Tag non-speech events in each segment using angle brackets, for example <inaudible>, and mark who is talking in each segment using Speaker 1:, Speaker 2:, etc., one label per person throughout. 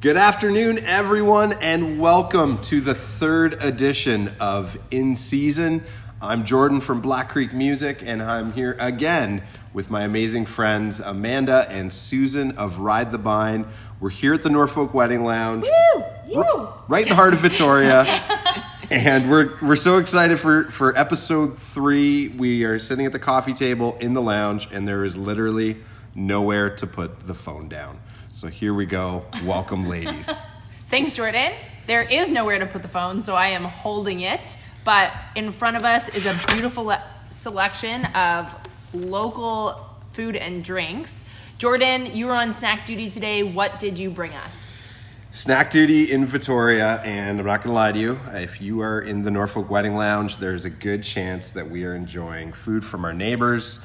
Speaker 1: Good afternoon, everyone, and welcome to the third edition of In Season. I'm Jordan from Black Creek Music, and I'm here again with my amazing friends Amanda and Susan of Ride the Bind. We're here at the Norfolk Wedding Lounge,
Speaker 2: You.
Speaker 1: right in the heart of Victoria. <laughs> And we're, we're so excited for, for episode three. We are sitting at the coffee table in the lounge, and there is literally nowhere to put the phone down. So here we go. Welcome, ladies.
Speaker 2: Thanks, Jordan. There is nowhere to put the phone, so I am holding it. But in front of us is a beautiful le- selection of local food and drinks. Jordan, you were on snack duty today. What did you bring us?
Speaker 1: Snack duty in Victoria, and I'm not gonna lie to you, if you are in the Norfolk Wedding Lounge, there's a good chance that we are enjoying food from our neighbors,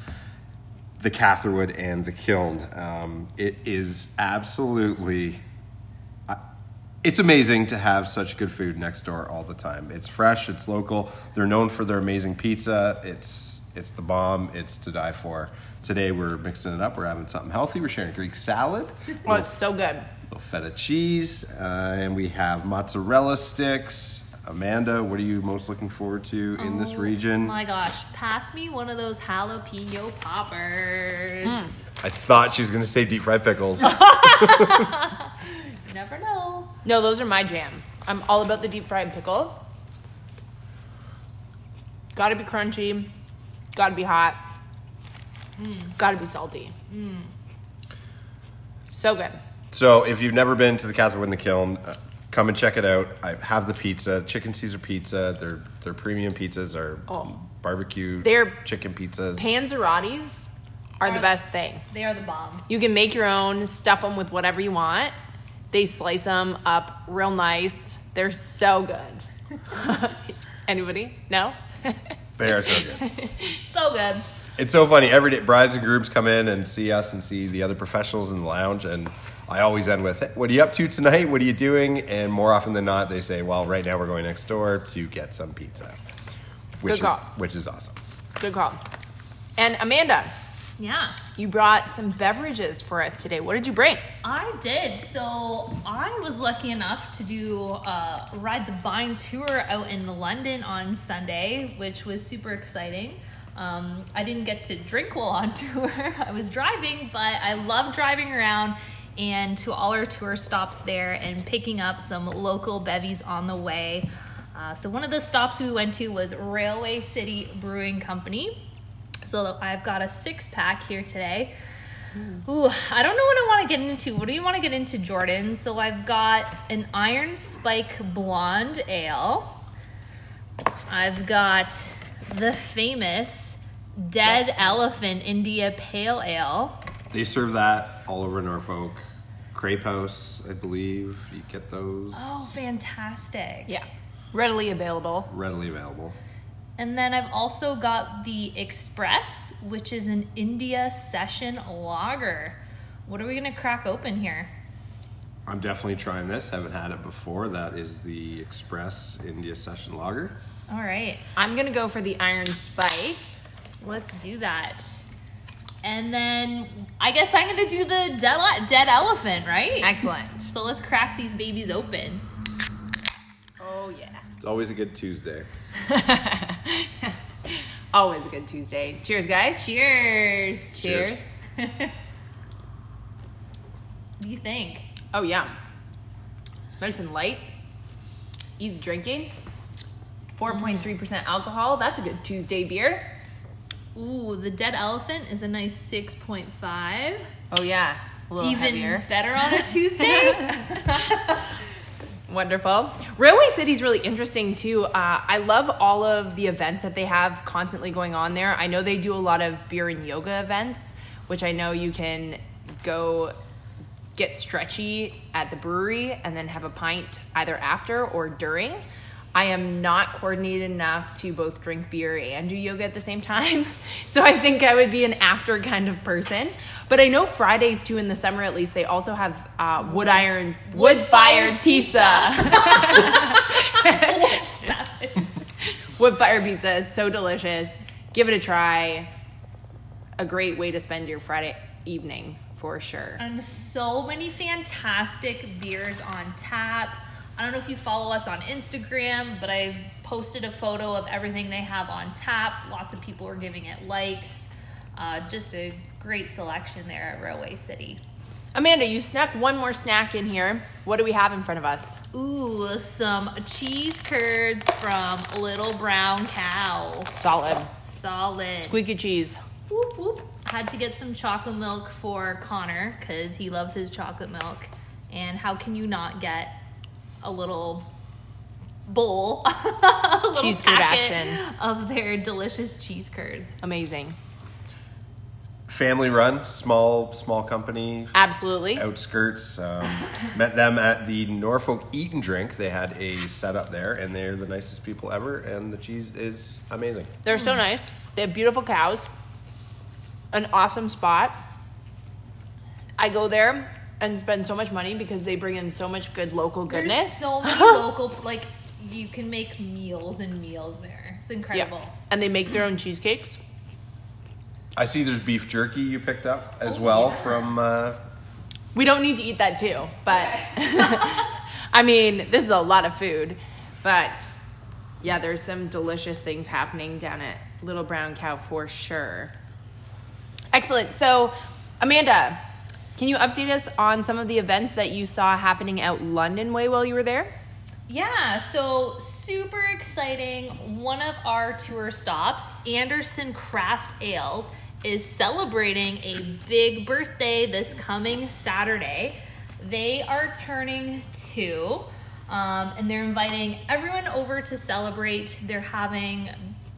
Speaker 1: the Catherwood and the Kiln. Um, it is absolutely, I- it's amazing to have such good food next door all the time. It's fresh, it's local. They're known for their amazing pizza. It's it's the bomb. It's to die for. Today we're mixing it up. We're having something healthy. We're sharing Greek salad
Speaker 2: Oh, it's so good.
Speaker 1: little feta cheese, uh, and we have mozzarella sticks. Amanda, what are you most looking forward to in
Speaker 2: Oh
Speaker 1: this region?
Speaker 3: my gosh, pass me one of those jalapeno poppers.
Speaker 1: I thought she was going to say deep fried
Speaker 2: <laughs>
Speaker 1: pickles.
Speaker 3: You never know.
Speaker 2: No, those are my jam. I'm all about the deep fried pickle. Gotta be crunchy, gotta be hot, gotta be salty. So good.
Speaker 1: so, if you've never been to the Catherwood and the Kiln, uh, come and check it out. I have the pizza, chicken Caesar pizza. Their their premium pizzas are
Speaker 2: Oh.
Speaker 1: barbecue.
Speaker 2: They're-
Speaker 1: chicken pizzas.
Speaker 2: Panzerottis are the best thing.
Speaker 3: They are the bomb.
Speaker 2: You can make your own, stuff them with whatever you want. They slice them up real nice. They're so good. <laughs> Anybody? No?
Speaker 1: they are so good.
Speaker 3: So good.
Speaker 1: It's so funny. Every day, brides and grooms come in and see us and see the other professionals in the lounge. And I always end with, hey, What are you up to tonight? What are you doing? And more often than not, they say, Well, right now we're going next door to get some pizza. Which,
Speaker 2: Good call.
Speaker 1: Is, which is awesome.
Speaker 2: Good call. And Amanda,
Speaker 3: Yeah,
Speaker 2: You brought some beverages for us today. What did you bring?
Speaker 3: I did. So I was lucky enough to do uh, ride the bind tour out in London on Sunday, which was super exciting. Um, I didn't get to drink while on <laughs> tour. I was driving, but I love driving around and to all our tour stops there and picking up some local bevies on the way. Uh, so one of the stops we went to was Railway City Brewing Company. So I've got a six pack here today. Ooh, I don't know what I want to get into. What do you want to get into, Jordan? So I've got an Iron Spike Blonde Ale. I've got the famous Dead Elephant India Pale Ale.
Speaker 1: They serve that all over Norfolk. Crepe House, I believe. You get those
Speaker 3: Oh, fantastic.
Speaker 2: Yeah. Readily available.
Speaker 1: readily available.
Speaker 3: And then I've also got the Express, which is an India Session Lager. What are we going to crack open here?
Speaker 1: I'm definitely trying this. Haven't had it before. That is the Express India Session Lager.
Speaker 3: All right.
Speaker 2: I'm going to go for the Iron Spike.
Speaker 3: Let's do that. And then I guess I'm gonna do the dead, ele- dead elephant, right?
Speaker 2: Excellent.
Speaker 3: So let's crack these babies open.
Speaker 2: Oh, yeah.
Speaker 1: It's always a good Tuesday.
Speaker 2: Always a good Tuesday. Cheers, guys.
Speaker 3: Cheers. <laughs>
Speaker 2: Cheers.
Speaker 3: What do you think?
Speaker 2: Oh, yeah. Nice and light. Easy drinking. 4.3% alcohol. That's a good Tuesday beer.
Speaker 3: Ooh, the dead elephant is a nice 6.5.
Speaker 2: Oh, yeah. A little
Speaker 3: Even
Speaker 2: heavier.
Speaker 3: better on
Speaker 2: <laughs>
Speaker 3: a Tuesday.
Speaker 2: Wonderful. Railway City's really interesting too. Uh, I love all of the events that they have constantly going on there. I know they do a lot of beer and yoga events, which I know you can go get stretchy at the brewery and then have a pint either after or during. I am not coordinated enough to both drink beer and do yoga at the same time. <laughs> So I think I would be an after kind of person. But I know Fridays too in the summer at least they also have uh, wood iron wood fired
Speaker 3: Wood-fired
Speaker 2: pizza. <laughs> Wood fire pizza is so delicious. Give it a try. A great way to spend your Friday evening for for sure.
Speaker 3: And so many fantastic beers on tap. I don't know if you follow us on Instagram, but I posted a photo of everything they have on tap. Lots of people were giving it likes. Uh, just a great selection there at Railway City.
Speaker 2: Amanda, you snuck one more snack in here. What do we have in front of us?
Speaker 3: Ooh, some cheese curds from Little Brown Cow.
Speaker 2: Solid.
Speaker 3: Solid.
Speaker 2: Squeaky cheese.
Speaker 3: Whoop, whoop. Had to get some chocolate milk for Connor because he loves his chocolate milk. And how can you not get a little bowl, <laughs> a little
Speaker 2: Cheese curd
Speaker 3: packet
Speaker 2: action.
Speaker 3: of their delicious cheese curds?
Speaker 2: Amazing.
Speaker 1: Family run, small small company,
Speaker 2: Absolutely.
Speaker 1: Oh. outskirts. Um, met them at the Norfolk Eat and Drink. They had a setup there, and they're the nicest people ever. And the cheese is amazing.
Speaker 2: They're so nice. They have beautiful cows. An awesome spot. I go there and spend so much money because they bring in so much good local
Speaker 3: There's
Speaker 2: goodness. <laughs>
Speaker 3: so many local, like, you can make meals and meals there. It's incredible.
Speaker 2: And they make their own cheesecakes.
Speaker 1: I see there's beef jerky you picked up as
Speaker 3: Oh,
Speaker 1: well
Speaker 3: yeah.
Speaker 1: from. Uh,
Speaker 2: We don't need to eat that too, but <laughs> I mean, this is a lot of food. But yeah, there's some delicious things happening down at Little Brown Cow for sure. Excellent. So, Amanda, can you update us on some of the events that you saw happening out London way while you were there?
Speaker 3: Yeah, so super exciting. One of our tour stops, Anderson Craft Ales, is celebrating a big birthday this coming Saturday. They are turning two, um, and they're inviting everyone over to celebrate. They're having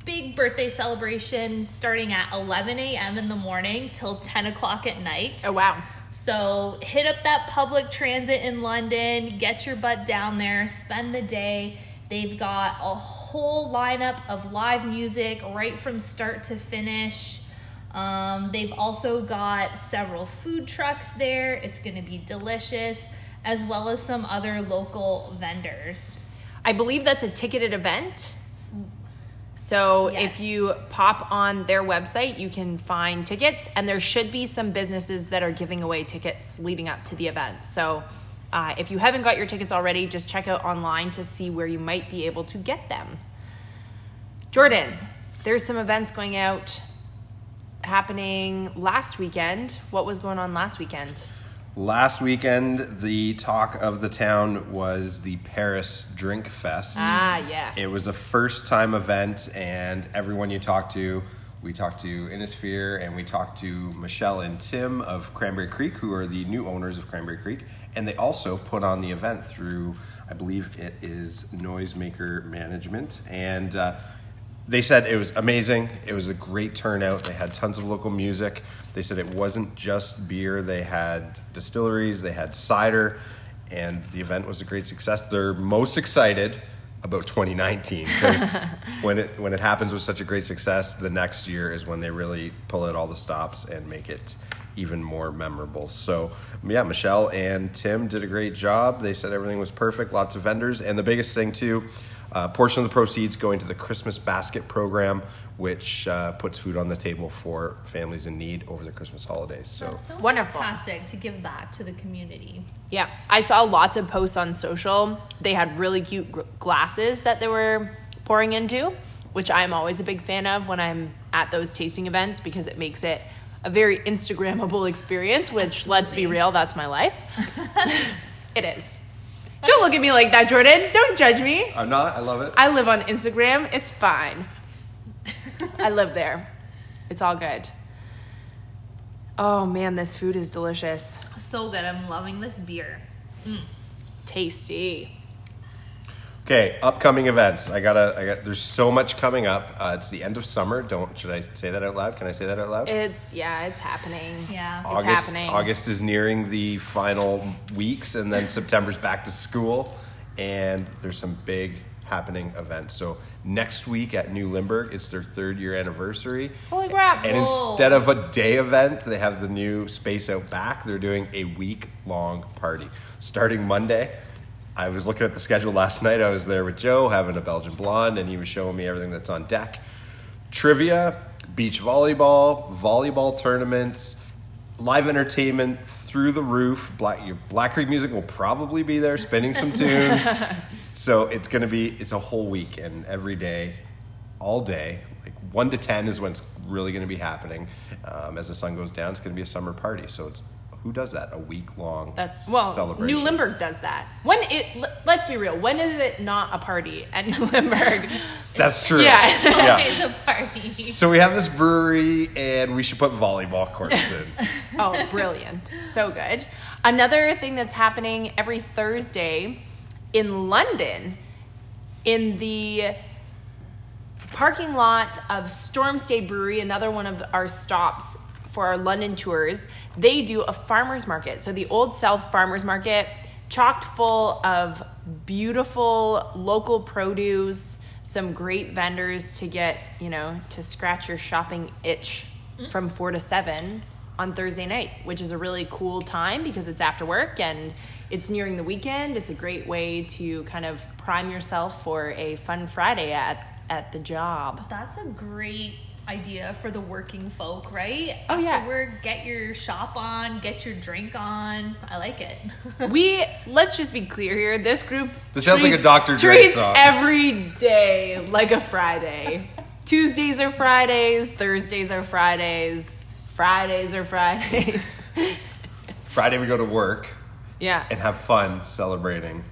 Speaker 3: big birthday celebration starting at 11 a.m. in the morning till 10 o'clock at night.
Speaker 2: Oh, wow.
Speaker 3: So hit up that public transit in London, get your butt down there, spend the day. They've got a whole lineup of live music right from start to finish. Um, they've also got several food trucks there. It's going to be delicious, as well as some other local vendors.
Speaker 2: I believe that's a ticketed event. So
Speaker 3: Yes.
Speaker 2: if you pop on their website, you can find tickets, and there should be some businesses that are giving away tickets leading up to the event. So uh, if you haven't got your tickets already, just check out online to see where you might be able to get them. Jordan, there's some events going out happening last weekend. What was going on last weekend?
Speaker 1: Last weekend, the talk of the town was the Paris Drink Fest.
Speaker 2: Ah, yeah.
Speaker 1: It was a first time event, and everyone you talked to, we talked to Innisphere and we talked to Michelle and Tim of Cranberry Creek, who are the new owners of Cranberry Creek, and they also put on the event through, I believe it is Noisemaker Management. And uh, they said it was amazing. It was a great turnout. They had tons of local music. They said it wasn't just beer, they had distilleries, they had cider, and the event was a great success. They're most excited about 2019 because when it when it happens with such a great success, the next year is when they really pull out all the stops and make it even more memorable. So, yeah, Michelle and Tim did a great job. They said everything was perfect, lots of vendors, and the biggest thing too, a Uh, portion of the proceeds going to the Christmas basket program, which uh, puts food on the table for families in need over the Christmas holidays. So,
Speaker 3: That's so
Speaker 2: Wonderful.
Speaker 3: fantastic to give back to the community.
Speaker 2: Yeah, I saw lots of posts on social. They had really cute gr- glasses that they were pouring into, which I'm always a big fan of when I'm at those tasting events because it makes it a very Instagrammable <laughs> experience, which, let's be
Speaker 3: Absolutely.
Speaker 2: real, that's my life. it is. Don't look at me like that, Jordan. Don't judge me.
Speaker 1: I'm not. I love it.
Speaker 2: I live on Instagram. It's fine. I live there. It's all good. Oh man, this food is delicious.
Speaker 3: So good. I'm loving this beer.
Speaker 2: Tasty.
Speaker 1: Okay, upcoming events. I gotta. I got. There's so much coming up. Uh, it's the end of summer. Don't. Should I say that out loud? Can I say that out loud?
Speaker 2: It's yeah, it's happening.
Speaker 3: Yeah.
Speaker 2: It's
Speaker 1: August,
Speaker 2: happening.
Speaker 1: August is nearing the final weeks, and then September's back to school, and there's some big happening events. So next week at New Limburg, it's their third year anniversary.
Speaker 2: Holy crap.
Speaker 1: And
Speaker 3: Whoa.
Speaker 1: instead of a day event, they have the new space out back. They're doing a week long party starting Monday. I was looking at the schedule last night. I was there with Joe having a Belgian blonde, and he was showing me everything that's on deck trivia, beach volleyball, volleyball tournaments, live entertainment through the roof. Black, your Black Creek Music will probably be there spinning some tunes. so it's going to be, it's a whole week and every day, all day, like 1 to 10 is when it's really going to be happening. Um, as the sun goes down, it's going to be a summer party. So it's, who does that? A week long
Speaker 2: That's well,
Speaker 1: celebration.
Speaker 2: New Limburg does that. When it, l- let's be real, when is it not a party at New <laughs> Limburg?
Speaker 1: That's true.
Speaker 2: Yeah. <laughs>
Speaker 3: <laughs> It's a party.
Speaker 1: So we have this brewery, and we should put volleyball courts
Speaker 2: <laughs>
Speaker 1: in.
Speaker 2: oh, brilliant. So good. Another thing that's happening every Thursday in London in the parking lot of Stormstay Brewery, another one of our stops for our London tours, they do a farmers market. So the Old South Farmers Market, chocked full of beautiful local produce, some great vendors to get, you know, to scratch your shopping itch Mm-hmm. from 4 to 7 on Thursday night, which is a really cool time because it's after work and it's nearing the weekend. It's a great way to kind of prime yourself for a fun Friday at at the
Speaker 3: <laughs>
Speaker 2: job.
Speaker 3: That's a great idea for the working folk, right?
Speaker 2: Oh, yeah.
Speaker 3: After work, get your shop on, get your drink on. I
Speaker 2: <laughs>
Speaker 3: like it.
Speaker 2: We let's just be clear here. This group
Speaker 1: This sounds like a Dr. Dre
Speaker 2: treats
Speaker 1: song.
Speaker 2: every day like a Friday. Tuesdays are Fridays. Thursdays are Fridays. Fridays are Fridays. <laughs>
Speaker 1: Friday we go to work
Speaker 2: yeah.
Speaker 1: and have fun celebrating.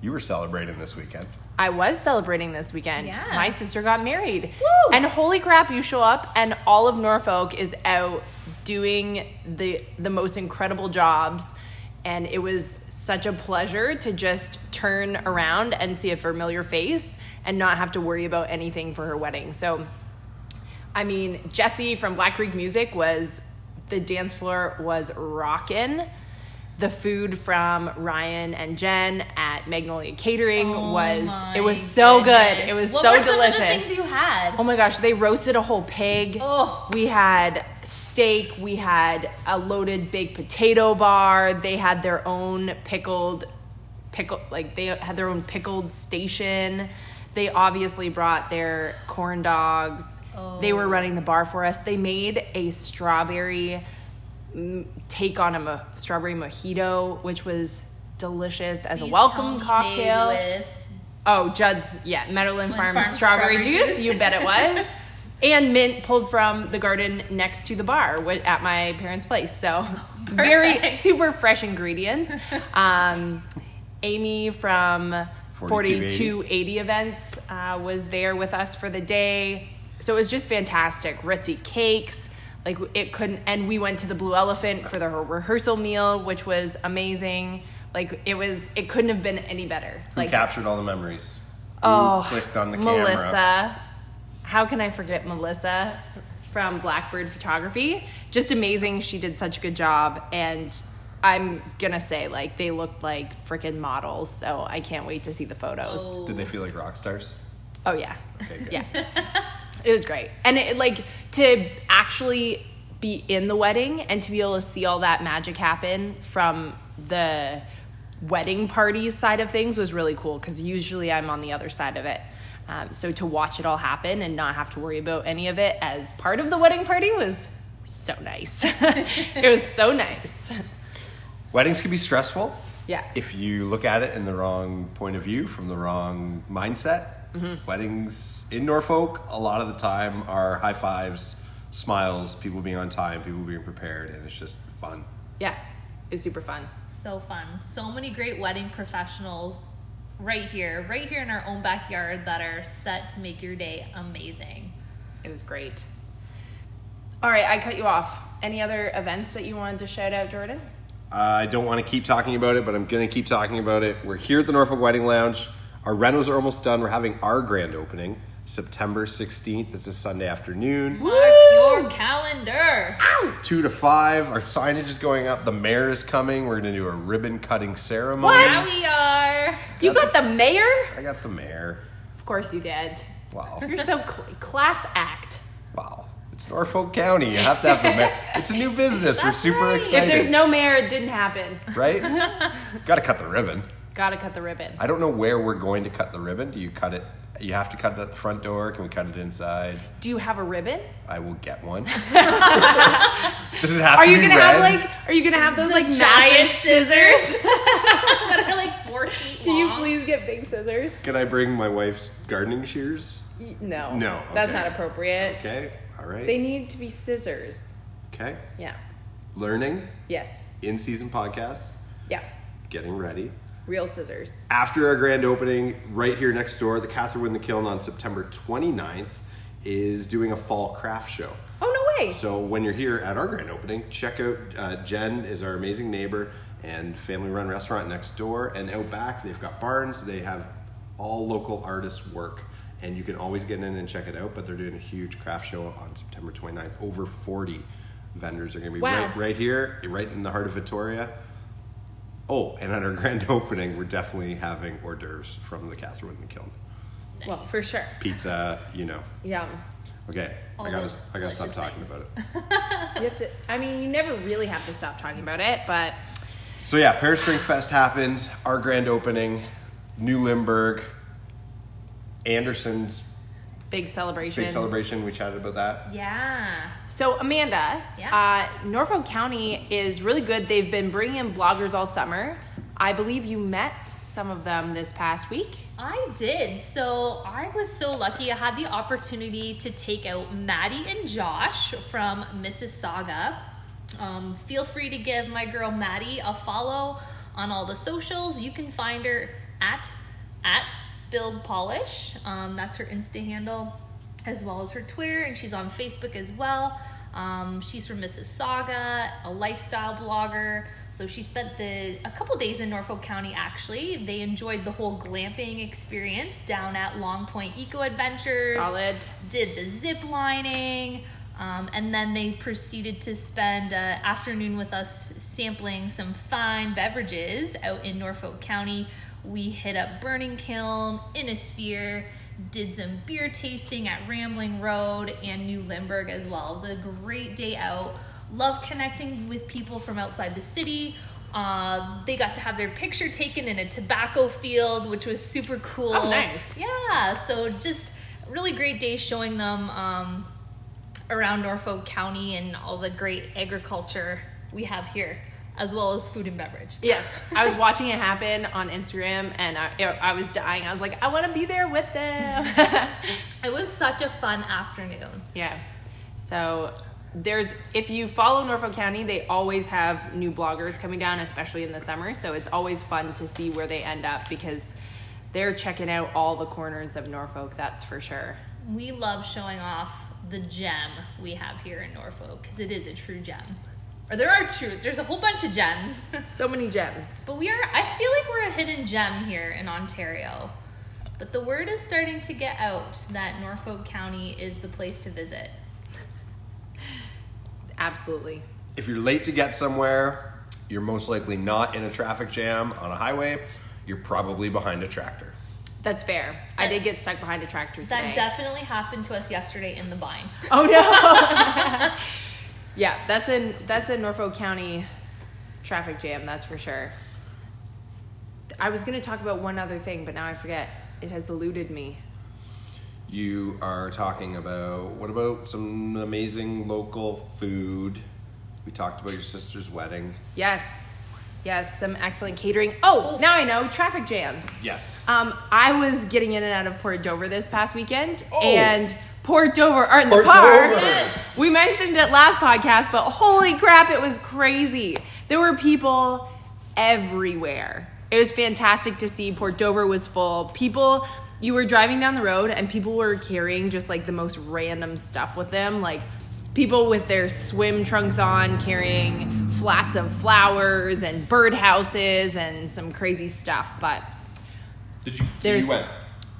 Speaker 1: You were celebrating this weekend.
Speaker 2: I was celebrating this weekend.
Speaker 3: Yeah.
Speaker 2: My sister got married.
Speaker 3: Woo!
Speaker 2: And holy crap, you show up and all of Norfolk is out doing the the most incredible jobs. And it was such a pleasure to just turn around and see a familiar face and not have to worry about anything for her wedding. So I mean, Jesse from Black Creek Music was the dance floor was rockin'. The food from Ryan and Jen at Magnolia Catering was
Speaker 3: Oh
Speaker 2: it was
Speaker 3: my
Speaker 2: so good.
Speaker 3: goodness.
Speaker 2: It was
Speaker 3: what
Speaker 2: so
Speaker 3: were some
Speaker 2: delicious.
Speaker 3: Of the things you had.
Speaker 2: Oh my gosh, they roasted a whole pig.
Speaker 3: Oh.
Speaker 2: We had steak, we had a loaded baked potato bar, they had their own pickled pickle like they had their own pickled station. They obviously brought their corn dogs. They
Speaker 3: Oh.
Speaker 2: were running the bar for us. They made a strawberry mm, take on a mo- strawberry mojito, which was delicious as
Speaker 3: Please
Speaker 2: a welcome
Speaker 3: tell me
Speaker 2: cocktail.
Speaker 3: made with-
Speaker 2: Oh, Judd's, yeah, Meadowland
Speaker 3: Meadowland
Speaker 2: Farm
Speaker 3: Farms
Speaker 2: strawberry,
Speaker 3: strawberry
Speaker 2: juice.
Speaker 3: juice.
Speaker 2: You bet it
Speaker 3: <laughs>
Speaker 2: was. and mint pulled from the garden next to the bar wi- at my parents' place. So, very
Speaker 3: Perfect.
Speaker 2: super fresh
Speaker 3: <laughs>
Speaker 2: ingredients. Um, Amy from
Speaker 1: 4280.
Speaker 2: 4280 events uh, was there with us for the day. So, it was just fantastic. Ritzy cakes. Like it couldn't, and we went to the Blue Elephant for the rehearsal meal, which was amazing. Like it was, it couldn't have been any better.
Speaker 1: Who
Speaker 2: Like
Speaker 1: captured all the memories? Who
Speaker 2: Oh,
Speaker 1: clicked on the
Speaker 2: Melissa.
Speaker 1: camera?
Speaker 2: How can I forget Melissa from Blackbird Photography? Just amazing. She did such a good job. And I'm going to say, like, they looked like freaking models. So I can't wait to see the photos. Oh,
Speaker 1: Did they feel like rock stars?
Speaker 2: yeah.
Speaker 1: Okay, good.
Speaker 2: Yeah. it was great. And it, like, to actually be in the wedding and to be able to see all that magic happen from the wedding party side of things was really cool because usually I'm on the other side of it. Um, so to watch it all happen and not have to worry about any of it as part of the wedding party was so nice. <laughs> it was so nice.
Speaker 1: Weddings can be stressful.
Speaker 2: Yeah.
Speaker 1: If you look at it in the wrong point of view, from the wrong mindset, weddings in Norfolk, a lot of the time are high fives, smiles, people being on time, people being prepared, and it's just fun.
Speaker 2: Yeah, it was super fun.
Speaker 3: So fun. So many great wedding professionals right here, right here in our own backyard that are set to make your day amazing.
Speaker 2: It was great. All right, I cut you off. Any other events that you wanted to shout out, Jordan?
Speaker 1: I don't want to keep talking about it, but I'm going to keep talking about it. We're here at the Norfolk Wedding Lounge. Our renos are almost done. We're having our grand opening September 16th. It's a Sunday afternoon.
Speaker 3: Mark your calendar.
Speaker 1: Two to five. Our signage is going up. The mayor is coming. We're going to do a ribbon cutting ceremony.
Speaker 3: Now we are. <laughs>
Speaker 2: You got the mayor?
Speaker 1: I got the mayor.
Speaker 2: Of course you did.
Speaker 1: Wow.
Speaker 2: You're so cl- class act.
Speaker 1: Wow. It's Norfolk County. You have to have the mayor. It's a new business. We're super
Speaker 3: right. If
Speaker 2: If
Speaker 1: excited.
Speaker 2: there's no mayor, it didn't happen.
Speaker 1: right?
Speaker 2: <laughs>
Speaker 1: got to cut the ribbon.
Speaker 2: Gotta cut the ribbon.
Speaker 1: I don't know where we're going to cut the ribbon. Do you cut it? You have to cut it at the front door. Can we cut it inside?
Speaker 2: <laughs> Do you have a ribbon?
Speaker 1: I will get one. Does it have
Speaker 2: Are
Speaker 1: to
Speaker 2: you
Speaker 1: be
Speaker 2: gonna have
Speaker 1: red?
Speaker 2: like? Are you gonna have those
Speaker 3: The
Speaker 2: like massive
Speaker 3: giant
Speaker 2: scissors?
Speaker 3: <laughs> that are like four feet
Speaker 2: <laughs> Do you
Speaker 3: long.
Speaker 2: please get big scissors?
Speaker 1: Can I bring my wife's gardening shears?
Speaker 2: Y- No.
Speaker 1: No,
Speaker 2: That's
Speaker 1: okay.
Speaker 2: not appropriate.
Speaker 1: Okay. All right.
Speaker 2: They need to be scissors.
Speaker 1: okay.
Speaker 2: Yeah.
Speaker 1: Learning
Speaker 2: Yes.
Speaker 1: in season podcast.
Speaker 2: Yeah.
Speaker 1: Getting ready.
Speaker 2: Real scissors.
Speaker 1: After our grand opening, right here next door, the Catherwood and the Kiln on September 29th is doing a fall craft show.
Speaker 2: Oh no way.
Speaker 1: So when you're here at our grand opening, check out uh, Jen is our amazing neighbor and family-run restaurant next door, and out back they've got barns. They have all local artists' work, and you can always get in and check it out. But they're doing a huge craft show on September 29th. Over 40 vendors are going to be
Speaker 2: Wow.
Speaker 1: right right here, right in the heart of Victoria. Oh, and at our grand <laughs> opening, we're definitely having hors d'oeuvres from the Catherine and the Kiln.
Speaker 2: Well, for sure.
Speaker 1: Pizza, you know.
Speaker 2: Yeah.
Speaker 1: Okay,
Speaker 3: All
Speaker 1: I gotta,
Speaker 3: those
Speaker 1: I gotta stop
Speaker 3: delicious
Speaker 1: talking
Speaker 3: <laughs>
Speaker 1: about it.
Speaker 2: You have to. I mean, you never really have to stop talking about it, but
Speaker 1: So yeah, Paris Drink Fest happened. Our grand opening, New Limburg, Anderson's
Speaker 2: big celebration.
Speaker 1: big celebration. We chatted about that.
Speaker 3: Yeah.
Speaker 2: So Amanda,
Speaker 3: Yeah.
Speaker 2: uh, Norfolk County is really good. They've been bringing in bloggers all summer. I believe you met some of them this past week.
Speaker 3: I did. So I was so lucky. I had the opportunity to take out Maddie and Josh from Mississauga. Um, feel free to give my girl Maddie a follow on all the socials. You can find her at at Spilled Polish. Um, that's her Insta handle, as well as her Twitter, and she's on Facebook as well. Um, she's from Mississauga, a lifestyle blogger. So she spent the a couple days in Norfolk County. Actually, they enjoyed the whole glamping experience down at Long Point Eco Adventures.
Speaker 2: Solid.
Speaker 3: Did the zip lining, um, and then they proceeded to spend an afternoon with us sampling some fine beverages out in Norfolk County. We hit up Burning Kiln, Innisphere, did some beer tasting at Rambling Road and New Limburg as well. It was a great day out. Love connecting with people from outside the city. Uh, they got to have their picture taken in a tobacco field, which was super cool.
Speaker 2: Oh, nice.
Speaker 3: Yeah, so just really great day showing them um, around Norfolk County and all the great agriculture we have here, as well as food and beverage.
Speaker 2: Yes, I was watching it happen on Instagram, and I, I was dying. I was like, I want to be there with them.
Speaker 3: It was such a fun afternoon.
Speaker 2: yeah. So there's if you follow Norfolk County, they always have new bloggers coming down, especially in the summer. So it's always fun to see where they end up because they're checking out all the corners of Norfolk. That's for sure.
Speaker 3: We love showing off the gem we have here in Norfolk because it is a true gem. Or there are two, there's a whole bunch of gems. <laughs>
Speaker 2: So many gems.
Speaker 3: but we are, I feel like we're a hidden gem here in Ontario. But the word is starting to get out that Norfolk County is the place to visit.
Speaker 2: Absolutely.
Speaker 1: If you're late to get somewhere, you're most likely not in a traffic jam on a highway. You're probably behind a tractor.
Speaker 2: That's fair. I did get stuck behind a tractor today.
Speaker 3: That definitely happened to us yesterday in the vine.
Speaker 2: Oh no. yeah, that's in that's a Norfolk County traffic jam, that's for sure. I was going to talk about one other thing, but now I forget. It has eluded me.
Speaker 1: You are talking about what about some amazing local food? We talked about your sister's wedding.
Speaker 2: Yes. Yes, some excellent catering. Oh, now I know, traffic jams.
Speaker 1: Yes.
Speaker 2: Um, I was getting in and out of Port Dover this past weekend,
Speaker 1: Oh.
Speaker 2: and Port Dover Art in the
Speaker 1: Port
Speaker 2: Park.
Speaker 1: Dover.
Speaker 3: Yes.
Speaker 2: We mentioned it last podcast, but holy crap, it was crazy. There were people everywhere. It was fantastic to see. Port Dover was full. People, you were driving down the road, and people were carrying just like the most random stuff with them, like. People with their swim trunks on, carrying flats of flowers and birdhouses and some crazy stuff. But
Speaker 1: Did you? So
Speaker 2: there's-
Speaker 1: you went.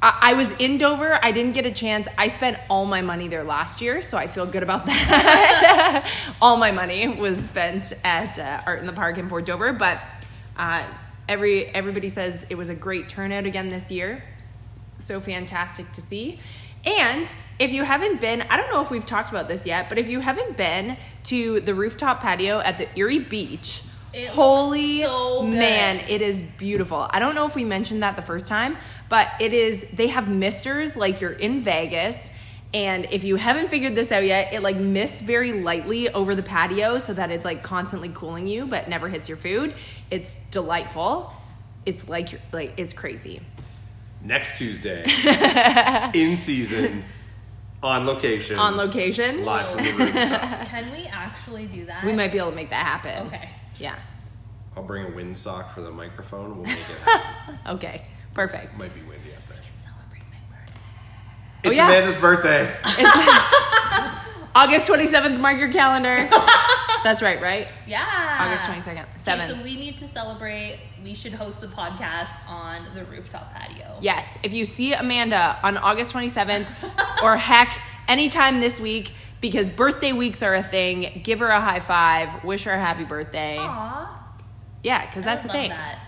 Speaker 2: I, I was in Dover. I didn't get a chance. I spent all my money there last year, so I feel good about that. <laughs> all my money was spent at uh, Art in the Park in Port Dover, but uh, every everybody says it was a great turnout again this year. So fantastic to see. And if you haven't been, I don't know if we've talked about this yet, but if you haven't been to the rooftop patio at the Erie Beach,
Speaker 3: It looks
Speaker 2: holy
Speaker 3: so good.
Speaker 2: man, it is beautiful. I don't know if we mentioned that the first time, but it is, they have misters like you're in Vegas And if you haven't figured this out yet, it like mists very lightly over the patio so that it's like constantly cooling you but never hits your food. It's delightful. It's like you're- like it's crazy.
Speaker 1: Next
Speaker 2: <laughs>
Speaker 1: Tuesday, in season, on location.
Speaker 2: On location,
Speaker 1: Live from the
Speaker 2: <laughs>
Speaker 1: rooftop.
Speaker 3: Can we actually do that?
Speaker 2: we might be able to make that happen.
Speaker 3: Okay.
Speaker 2: Yeah.
Speaker 1: I'll bring a wind sock for the microphone. We'll make it happen.
Speaker 2: Okay. Perfect. <laughs>
Speaker 1: Might be windy up there.
Speaker 3: Celebrate my birthday.
Speaker 1: It's
Speaker 2: Oh, yeah.
Speaker 1: Amanda's birthday.
Speaker 2: August 27th, mark your
Speaker 3: <laughs>
Speaker 2: calendar. That's right, right?
Speaker 3: Yeah.
Speaker 2: August 22nd,
Speaker 3: Ah. Okay,
Speaker 2: 7th.
Speaker 3: so we need to celebrate. We should host the podcast on the rooftop patio.
Speaker 2: Yes, if you see Amanda on August
Speaker 3: <laughs>
Speaker 2: 27th or heck, anytime this week, because birthday weeks are a thing, give her a high five, wish her a happy birthday.
Speaker 3: Aw.
Speaker 2: Yeah, because that's
Speaker 3: I
Speaker 2: a
Speaker 3: would
Speaker 2: thing.
Speaker 3: love That.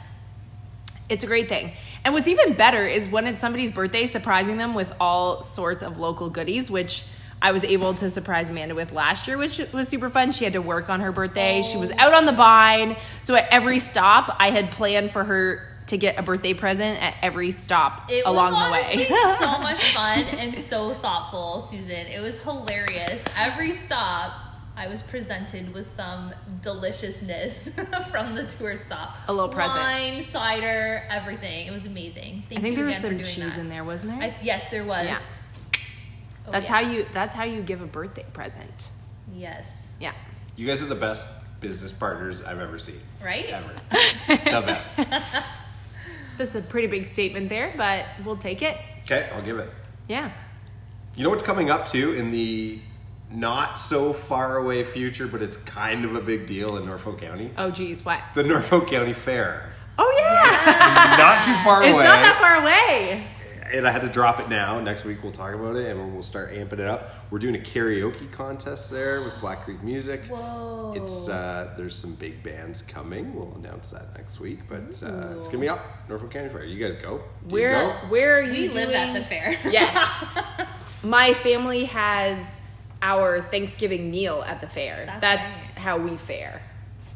Speaker 2: It's a great thing. And what's even better is when it's somebody's birthday, surprising them with all sorts of local goodies, which I was able to surprise Amanda with last year, which was super fun. She had to work on her birthday. She
Speaker 3: Oh.
Speaker 2: was out on the vine. So at every stop, I had planned for her to get a birthday present at every stop
Speaker 3: It
Speaker 2: along
Speaker 3: was
Speaker 2: the way.
Speaker 3: honestly
Speaker 2: <laughs>
Speaker 3: so much fun and so thoughtful, Susan. It was hilarious. Every stop, I was presented with some deliciousness <laughs> from the tour stop.
Speaker 2: A little present.
Speaker 3: Wine, cider, everything. It was amazing. Thank
Speaker 2: I think
Speaker 3: you
Speaker 2: there was
Speaker 3: again
Speaker 2: some
Speaker 3: for doing
Speaker 2: cheese
Speaker 3: that.
Speaker 2: in there, wasn't there?
Speaker 3: I, yes, there was.
Speaker 2: Yeah.
Speaker 3: Oh,
Speaker 2: that's
Speaker 3: yeah.
Speaker 2: how you. That's how you give a birthday present.
Speaker 3: Yes.
Speaker 2: Yeah.
Speaker 1: You guys are the best business partners I've ever seen.
Speaker 3: Right?
Speaker 2: <laughs>
Speaker 1: Ever. the best.
Speaker 2: That's a pretty big statement there, but we'll take it.
Speaker 1: Okay, I'll give it.
Speaker 2: Yeah.
Speaker 1: You know what's coming up too in the not so far away future, but it's kind of a big deal in Norfolk County?
Speaker 2: Oh, geez, what?
Speaker 1: The Norfolk County
Speaker 2: <laughs>
Speaker 1: Fair.
Speaker 2: Oh yeah.
Speaker 1: not too far
Speaker 2: It's
Speaker 1: away.
Speaker 2: not that far away.
Speaker 1: and I had to drop it now. Next week we'll talk about it and we'll start amping it up. We're doing a karaoke contest there with Black Creek Music.
Speaker 3: Whoa.
Speaker 1: It's uh, there's some big bands coming. We'll announce that next week, but uh, it's gonna be up Norfolk County Fair. You guys go. Do you
Speaker 2: Where
Speaker 1: go?
Speaker 2: Where are you?
Speaker 3: We live at
Speaker 2: doing-
Speaker 3: the fair.
Speaker 2: Yes. <laughs> My family has our Thanksgiving meal at the fair.
Speaker 3: That's
Speaker 2: That's, how we fare.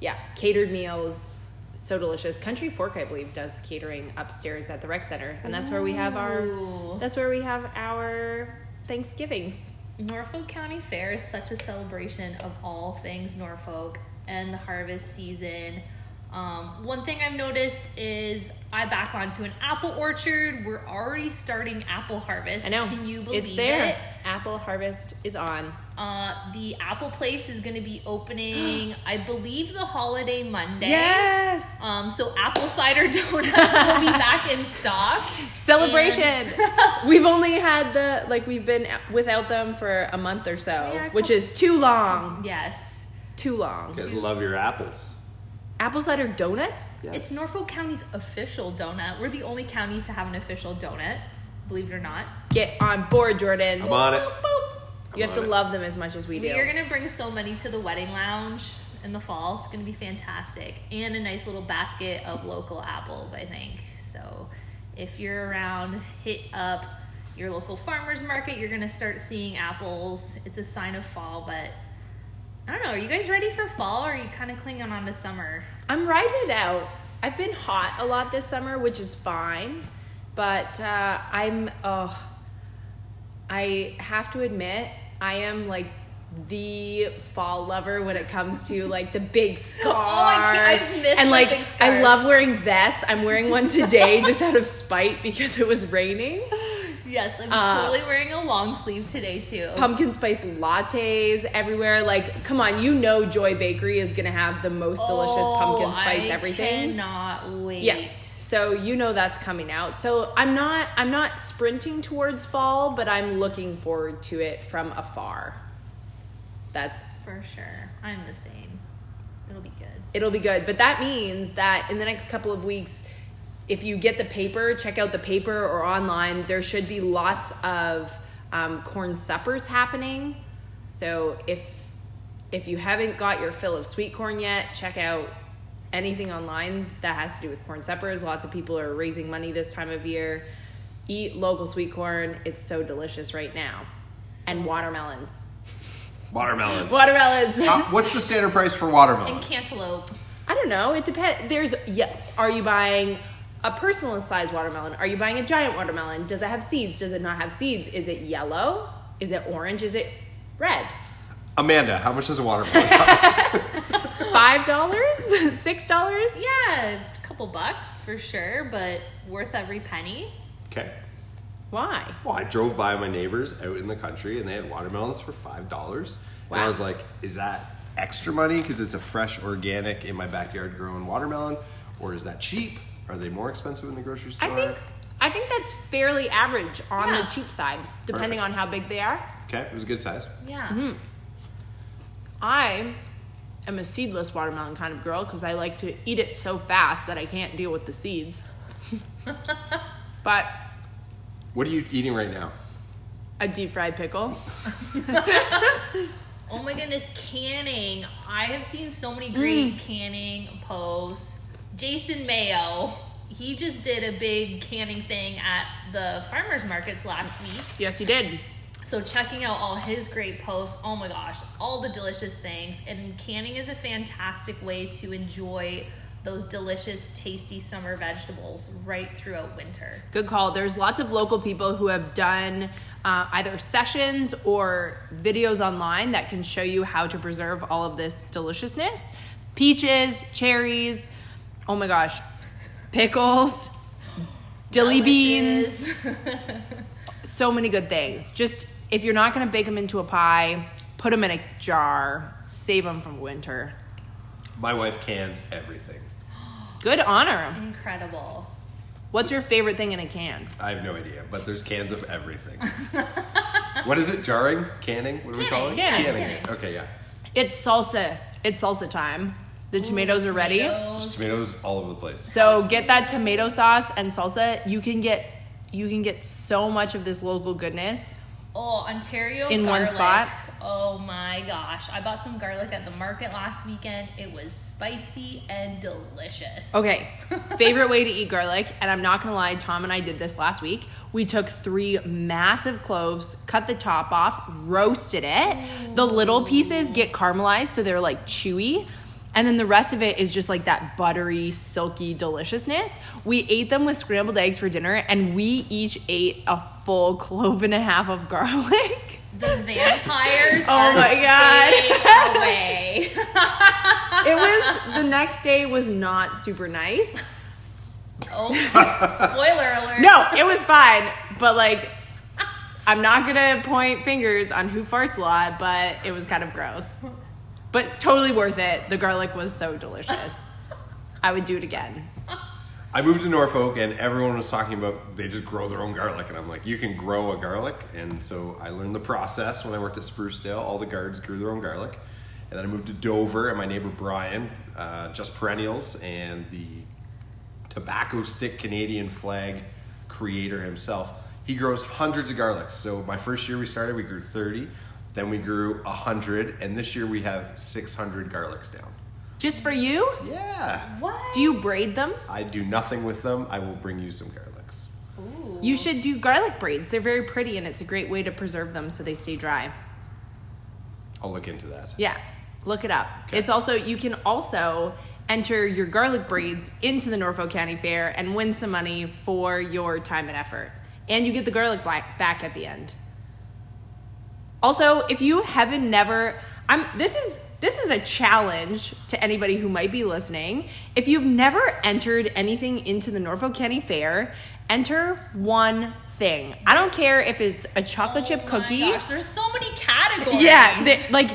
Speaker 2: Yeah, catered meals, so delicious. Country Fork, I believe, does catering upstairs at the rec center, and that's where we have
Speaker 3: Ooh.
Speaker 2: our that's where we have our Thanksgivings.
Speaker 3: Norfolk County Fair is such a celebration of all things Norfolk and the harvest season. Um, one thing I've noticed is I back onto an apple orchard. We're already starting apple harvest.
Speaker 2: I know.
Speaker 3: Can you believe
Speaker 2: it's there?
Speaker 3: it?
Speaker 2: Apple harvest is on.
Speaker 3: Uh, the apple place is going to be opening,
Speaker 2: <gasps>
Speaker 3: I believe, the holiday Monday.
Speaker 2: Yes,
Speaker 3: Um, so apple cider <laughs> donuts will be back in stock.
Speaker 2: celebration. <laughs> we've only had the like we've been without them for a month or so,
Speaker 3: Yeah, a
Speaker 2: which
Speaker 3: couple-
Speaker 2: is too long.
Speaker 3: Yes.
Speaker 2: Too long.
Speaker 1: You guys love your apples.
Speaker 2: Apple cider donuts?
Speaker 1: Yes.
Speaker 3: It's Norfolk County's official donut. We're the only county to have an official donut, believe it or not.
Speaker 2: Get on board, Jordan.
Speaker 1: I'm on it.
Speaker 2: You
Speaker 1: I'm
Speaker 2: have to
Speaker 1: on it.
Speaker 2: love them as much as we do.
Speaker 3: We are going to bring so many to the wedding lounge in the fall. It's going to be fantastic. And a nice little basket of local apples, I think. So if you're around, hit up your local farmers market. You're going to start seeing apples. It's a sign of fall, but I don't know. Are you guys ready for fall or are you kind of clinging on to summer?
Speaker 2: I'm riding it out. I've been hot a lot this summer, which is fine, but uh, I'm. Oh, I have to admit, I am like the fall lover when it comes to like the
Speaker 3: <laughs>
Speaker 2: big scarf.
Speaker 3: Oh, can't- I've missed
Speaker 2: and
Speaker 3: my
Speaker 2: like
Speaker 3: big
Speaker 2: I
Speaker 3: scarves.
Speaker 2: love wearing vests. I'm wearing one today just out of spite because it was raining.
Speaker 3: Yes, I'm
Speaker 2: Uh,
Speaker 3: totally wearing a long sleeve today, too.
Speaker 2: pumpkin spice lattes everywhere. Like, come on, you know Joy Bakery is gonna have the most delicious pumpkin spice everything.
Speaker 3: Oh, Cannot wait.
Speaker 2: Yeah. So you know that's coming out. So I'm not I'm not sprinting towards fall, but I'm looking forward to it from afar. That's
Speaker 3: For sure. I'm the same. It'll be good.
Speaker 2: it'll be good. But that means that in the next couple of weeks, if you get the paper, check out the paper or online, there should be lots of um, corn suppers happening. So if if you haven't got your fill of sweet corn yet, check out anything online that has to do with corn suppers. Lots of people are raising money this time of year. Eat local sweet corn. It's so delicious right now. And watermelons.
Speaker 1: Watermelons.
Speaker 2: <laughs> Watermelons.
Speaker 1: How- what's the standard price for
Speaker 3: And
Speaker 1: watermelon?
Speaker 3: cantaloupe.
Speaker 2: I don't know. It depends. There's yeah. Are you buying a personal size watermelon? Are you buying a giant watermelon? Does it have seeds? Does it not have seeds? Is it yellow? Is it orange? Is it red?
Speaker 1: Amanda, how much does a watermelon cost?
Speaker 2: Five dollars? <laughs> Six dollars?
Speaker 3: Yeah, a couple bucks for sure, but worth every penny.
Speaker 1: okay.
Speaker 2: Why?
Speaker 1: Well, I drove by my neighbors out in the country and they had watermelons for $5. And I
Speaker 2: Wow.
Speaker 1: was like, is that extra money because it's a fresh, organic, in my backyard grown watermelon? Or is that cheap? Are they more expensive in the grocery store?
Speaker 2: I think I think that's fairly average on
Speaker 3: Yeah.
Speaker 2: the cheap side, depending
Speaker 1: Perfect.
Speaker 2: on how big they are.
Speaker 1: Okay, it was a good size.
Speaker 3: Yeah.
Speaker 2: I am a seedless watermelon kind of girl because I like to eat it so fast that I can't deal with the seeds. but
Speaker 1: What are you eating right now?
Speaker 2: a deep fried pickle.
Speaker 3: Oh my goodness, canning. I have seen so many great canning posts. Jason Mayo, he just did a big canning thing at the farmers markets last week.
Speaker 2: Yes, you did.
Speaker 3: So checking out all his great posts, oh my gosh, all the delicious things. And canning is a fantastic way to enjoy those delicious, tasty summer vegetables right throughout winter.
Speaker 2: Good call. There's lots of local people who have done uh, either sessions or videos online that can show you how to preserve all of this deliciousness. Peaches, cherries, oh my gosh, pickles, dilly beans,
Speaker 3: Delicious.
Speaker 2: so many good things. Just if you're not going to bake them into a pie, put them in a jar, save them from winter.
Speaker 1: My wife cans everything.
Speaker 2: Good honor.
Speaker 3: Incredible.
Speaker 2: What's your favorite thing in a can?
Speaker 1: I have no idea, but there's cans of
Speaker 2: <laughs>
Speaker 1: everything. what is it? Jarring? Canning? What do we call it?
Speaker 2: Canning, yeah,
Speaker 1: Canning.
Speaker 3: canning.
Speaker 1: Okay, yeah.
Speaker 2: It's salsa. It's salsa time. The tomatoes are ready.
Speaker 1: There's
Speaker 3: Tomatoes.
Speaker 1: tomatoes all over the place.
Speaker 2: So get that tomato sauce and salsa. You can get you can get so much of this local goodness.
Speaker 3: Oh, Ontario
Speaker 2: In one
Speaker 3: garlic.
Speaker 2: spot?
Speaker 3: Oh my gosh. I bought some garlic at the market last weekend. It was spicy and delicious.
Speaker 2: Okay. <laughs> Favorite way to eat garlic, and I'm not gonna lie, Tom and I did this last week. We took three massive cloves, cut the top off, roasted it. The little pieces get caramelized, so they're like chewy. And then the rest of it is just like that buttery, silky deliciousness. We ate them with scrambled eggs for dinner, and we each ate a full clove and a half of <laughs> garlic.
Speaker 3: The vampires
Speaker 2: <laughs> Oh
Speaker 3: are
Speaker 2: my God. <laughs>
Speaker 3: staying away.
Speaker 2: it was the next day was not super nice.
Speaker 3: Oh, spoiler alert.
Speaker 2: No, it was fine, but like I'm not gonna point fingers on who farts a lot, but it was kind of gross. But totally worth it. The garlic was so delicious. I would do it again.
Speaker 1: I moved to Norfolk and everyone was talking about they just grow their own garlic. And I'm like, you can grow a garlic. And so I learned the process when I worked at Sprucedale. All the guards grew their own garlic. And then I moved to Dover and my neighbor Brian, uh, just perennials, and the tobacco stick Canadian flag creator himself. He grows hundreds of garlics. So my first year we started, we grew 30. Then we grew 100. And this year we have 600 garlics down.
Speaker 2: Just for you?
Speaker 1: Yeah.
Speaker 3: What?
Speaker 2: Do you braid them?
Speaker 1: I do nothing with them. I will bring you some garlics.
Speaker 3: Ooh.
Speaker 2: You should do garlic braids. They're very pretty and it's a great way to preserve them so they stay dry.
Speaker 1: I'll look into that.
Speaker 2: Yeah, look it up.
Speaker 1: Okay.
Speaker 2: It's also you can also enter your garlic braids into the Norfolk County Fair and win some money for your time and effort. And you get the garlic black back at the end. Also, if you haven't never I'm this is this is a challenge to anybody who might be listening. If you've never entered anything into the Norfolk County Fair, enter one thing. I don't care if it's a chocolate chip
Speaker 3: Oh my
Speaker 2: cookie.
Speaker 3: gosh, there's so many categories.
Speaker 2: Yeah, they- like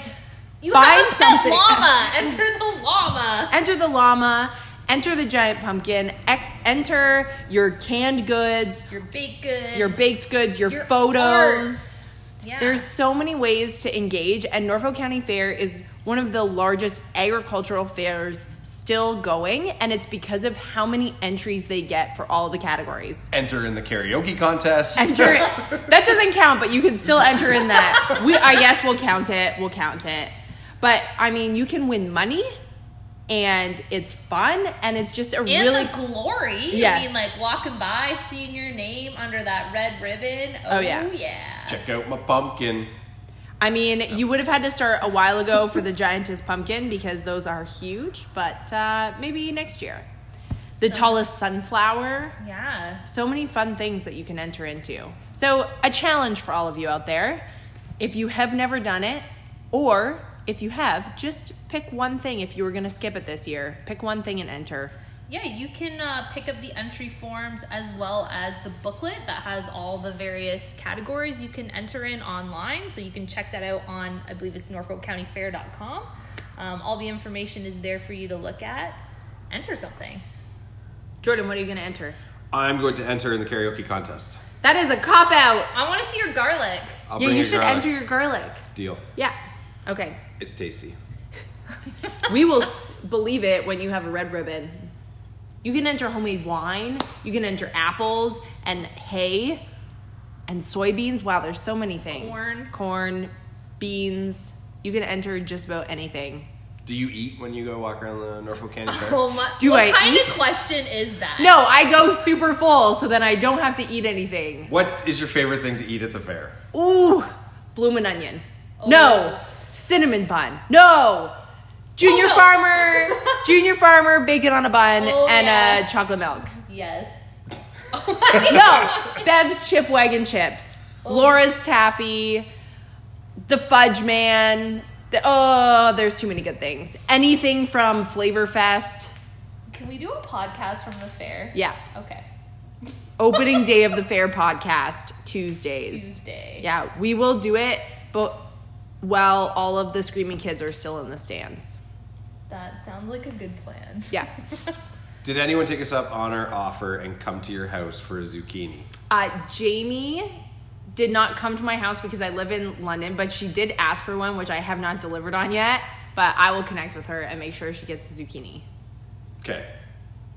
Speaker 3: you
Speaker 2: find
Speaker 3: haven't said
Speaker 2: something.
Speaker 3: llama. Enter the llama.
Speaker 2: Enter the llama. Enter the giant pumpkin. Ec- enter your canned goods,
Speaker 3: Your baked goods.
Speaker 2: your baked goods, your,
Speaker 3: your
Speaker 2: photos.
Speaker 3: art. Yeah.
Speaker 2: There's so many ways to engage, and Norfolk County Fair is one of the largest agricultural fairs still going, and it's because of how many entries they get for all the categories.
Speaker 1: Enter in the karaoke contest.
Speaker 2: Enter
Speaker 3: <laughs>
Speaker 2: that doesn't count, but you can still enter in that. We, I guess, we'll count it. We'll count it. But I mean, you can win money, and it's fun, and it's just a
Speaker 3: in
Speaker 2: really
Speaker 3: the glory. I
Speaker 2: Yes.
Speaker 3: mean, like walking by, seeing your name under that red ribbon. Oh,
Speaker 2: yeah.
Speaker 3: yeah.
Speaker 1: <laughs> Check out my pumpkin.
Speaker 2: I mean, you would have had to start a while ago for the giantess pumpkin because those are huge, but uh, maybe next year. The
Speaker 3: So-
Speaker 2: tallest sunflower.
Speaker 3: Yeah.
Speaker 2: So many fun things that you can enter into. So, a challenge for all of you out there If you have never done it, or if you have, just pick one thing if you were going to skip it this year. Pick one thing and enter.
Speaker 3: Yeah, you can uh, pick up the entry forms as well as the booklet that has all the various categories you can enter in online. So you can check that out on, I believe it's norfolkcountyfair.com. Um, all the information is there for you to look at. Enter something.
Speaker 2: Jordan, what are you going to enter?
Speaker 1: I'm going to enter in the karaoke contest.
Speaker 2: That is a cop out.
Speaker 3: I want to see your garlic.
Speaker 1: I'll
Speaker 2: yeah,
Speaker 1: bring
Speaker 2: you
Speaker 1: a
Speaker 2: should
Speaker 1: garlic.
Speaker 2: enter your garlic.
Speaker 1: Deal.
Speaker 2: Yeah. Okay.
Speaker 1: It's tasty.
Speaker 2: we will s- believe it when you have a red ribbon. You can enter homemade wine, you can enter apples and hay and soybeans. Wow, there's so many things.
Speaker 3: Corn.
Speaker 2: Corn, beans. You can enter just about anything.
Speaker 1: Do you eat when you go walk around the Norfolk
Speaker 2: <laughs>
Speaker 1: County Fair?
Speaker 3: Oh my,
Speaker 2: Do
Speaker 3: what
Speaker 2: I
Speaker 3: kind
Speaker 2: eat?
Speaker 3: of question is that?
Speaker 2: No, I go super full, so then I don't have to eat anything.
Speaker 1: What is your favorite thing to eat at the fair?
Speaker 2: Ooh, bloomin' onion.
Speaker 3: Oh.
Speaker 2: No, cinnamon bun. No, junior
Speaker 3: Oh, no.
Speaker 2: farmer,
Speaker 3: <laughs>
Speaker 2: junior farmer, bacon on a bun,
Speaker 3: Oh,
Speaker 2: and
Speaker 3: yeah.
Speaker 2: uh, chocolate milk.
Speaker 3: Yes. <laughs> Oh my
Speaker 2: No, Bev's Chip Wagon Chips, Laura's Taffy, the Fudge Man. The, oh, there's too many good things. Anything from Flavor Fest,
Speaker 3: Can we do a podcast from the fair?
Speaker 2: Yeah.
Speaker 3: Okay.
Speaker 2: opening day of the fair podcast, Tuesdays.
Speaker 3: Tuesday.
Speaker 2: Yeah, we will do it, but while all of the screaming kids are still in the stands.
Speaker 3: That sounds like a good plan.
Speaker 2: Yeah.
Speaker 1: Did anyone take us up on our offer and come to your house for a zucchini?
Speaker 2: Uh, Jamie did not come to my house because I live in London, but she did ask for one, which I have not delivered on yet. But I will connect with her and make sure she gets a zucchini.
Speaker 1: Okay.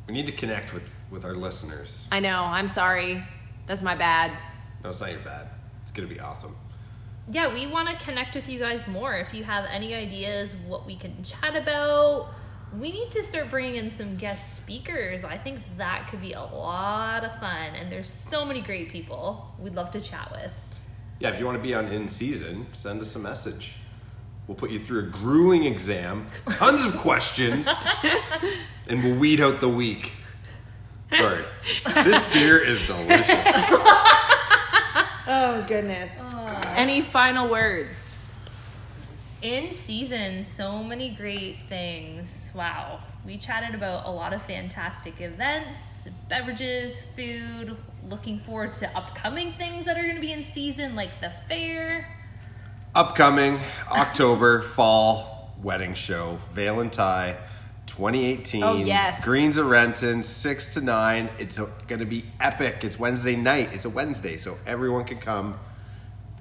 Speaker 1: We need to connect with, with our listeners.
Speaker 2: I know. I'm sorry. That's my bad.
Speaker 1: No, it's not your bad. It's going to be awesome.
Speaker 3: Yeah, we want to connect with you guys more. If you have any ideas what we can chat about, we need to start bringing in some guest speakers. I think that could be a lot of fun, and there's so many great people we'd love to chat with.
Speaker 1: Yeah, if you want to be on in season, send us a message. We'll put you through a grueling exam, tons of questions, and we'll weed out the weak. Sorry. This beer is delicious.
Speaker 2: Oh, goodness. Any final words?
Speaker 3: In season, so many great things. Wow. We chatted about a lot of fantastic events, beverages, food, looking forward to upcoming things that are going to be in season, like the fair.
Speaker 1: Upcoming October fall wedding show, Veil and Tie 2018.
Speaker 2: Oh, yes.
Speaker 1: Greens of Renton, 6 to 9. It's going to be epic. It's Wednesday night. It's a Wednesday, so everyone can come.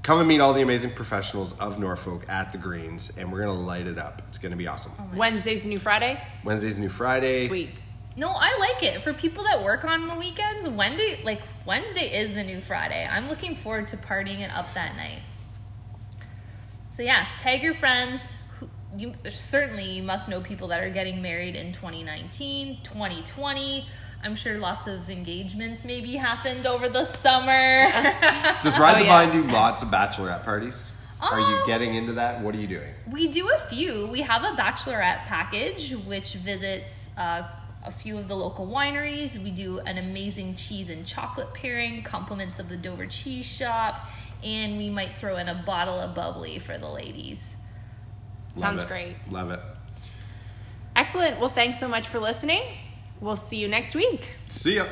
Speaker 1: Come and meet all the amazing professionals of Norfolk at the Greens, and we're going to light it up. It's going to be awesome.
Speaker 2: Wednesday's a new Friday?
Speaker 1: Wednesday's a new Friday.
Speaker 2: Oh. Sweet.
Speaker 3: No, I like it. For people that work on the weekends, Wednesday, like Wednesday is the new Friday. I'm looking forward to partying it up that night. So yeah, tag your friends. Who- You certainly you must know people that are getting married in 2019, 2020. I'm sure lots of engagements maybe happened over the summer.
Speaker 1: <laughs> Does Ride
Speaker 2: Oh,
Speaker 1: the
Speaker 2: yeah.
Speaker 1: Vine do lots of bachelorette parties? Are you
Speaker 3: Um,
Speaker 1: getting into that? What are you doing?
Speaker 3: We do a few. We have a bachelorette package, which visits uh, a few of the local wineries. We do an amazing cheese and chocolate pairing, compliments of the Dover Cheese Shop, and we might throw in a bottle of bubbly for the ladies.
Speaker 1: Love
Speaker 2: Sounds
Speaker 1: it.
Speaker 2: great.
Speaker 1: Love it.
Speaker 2: Excellent. Well, thanks so much for listening. We'll see you next week.
Speaker 1: See ya.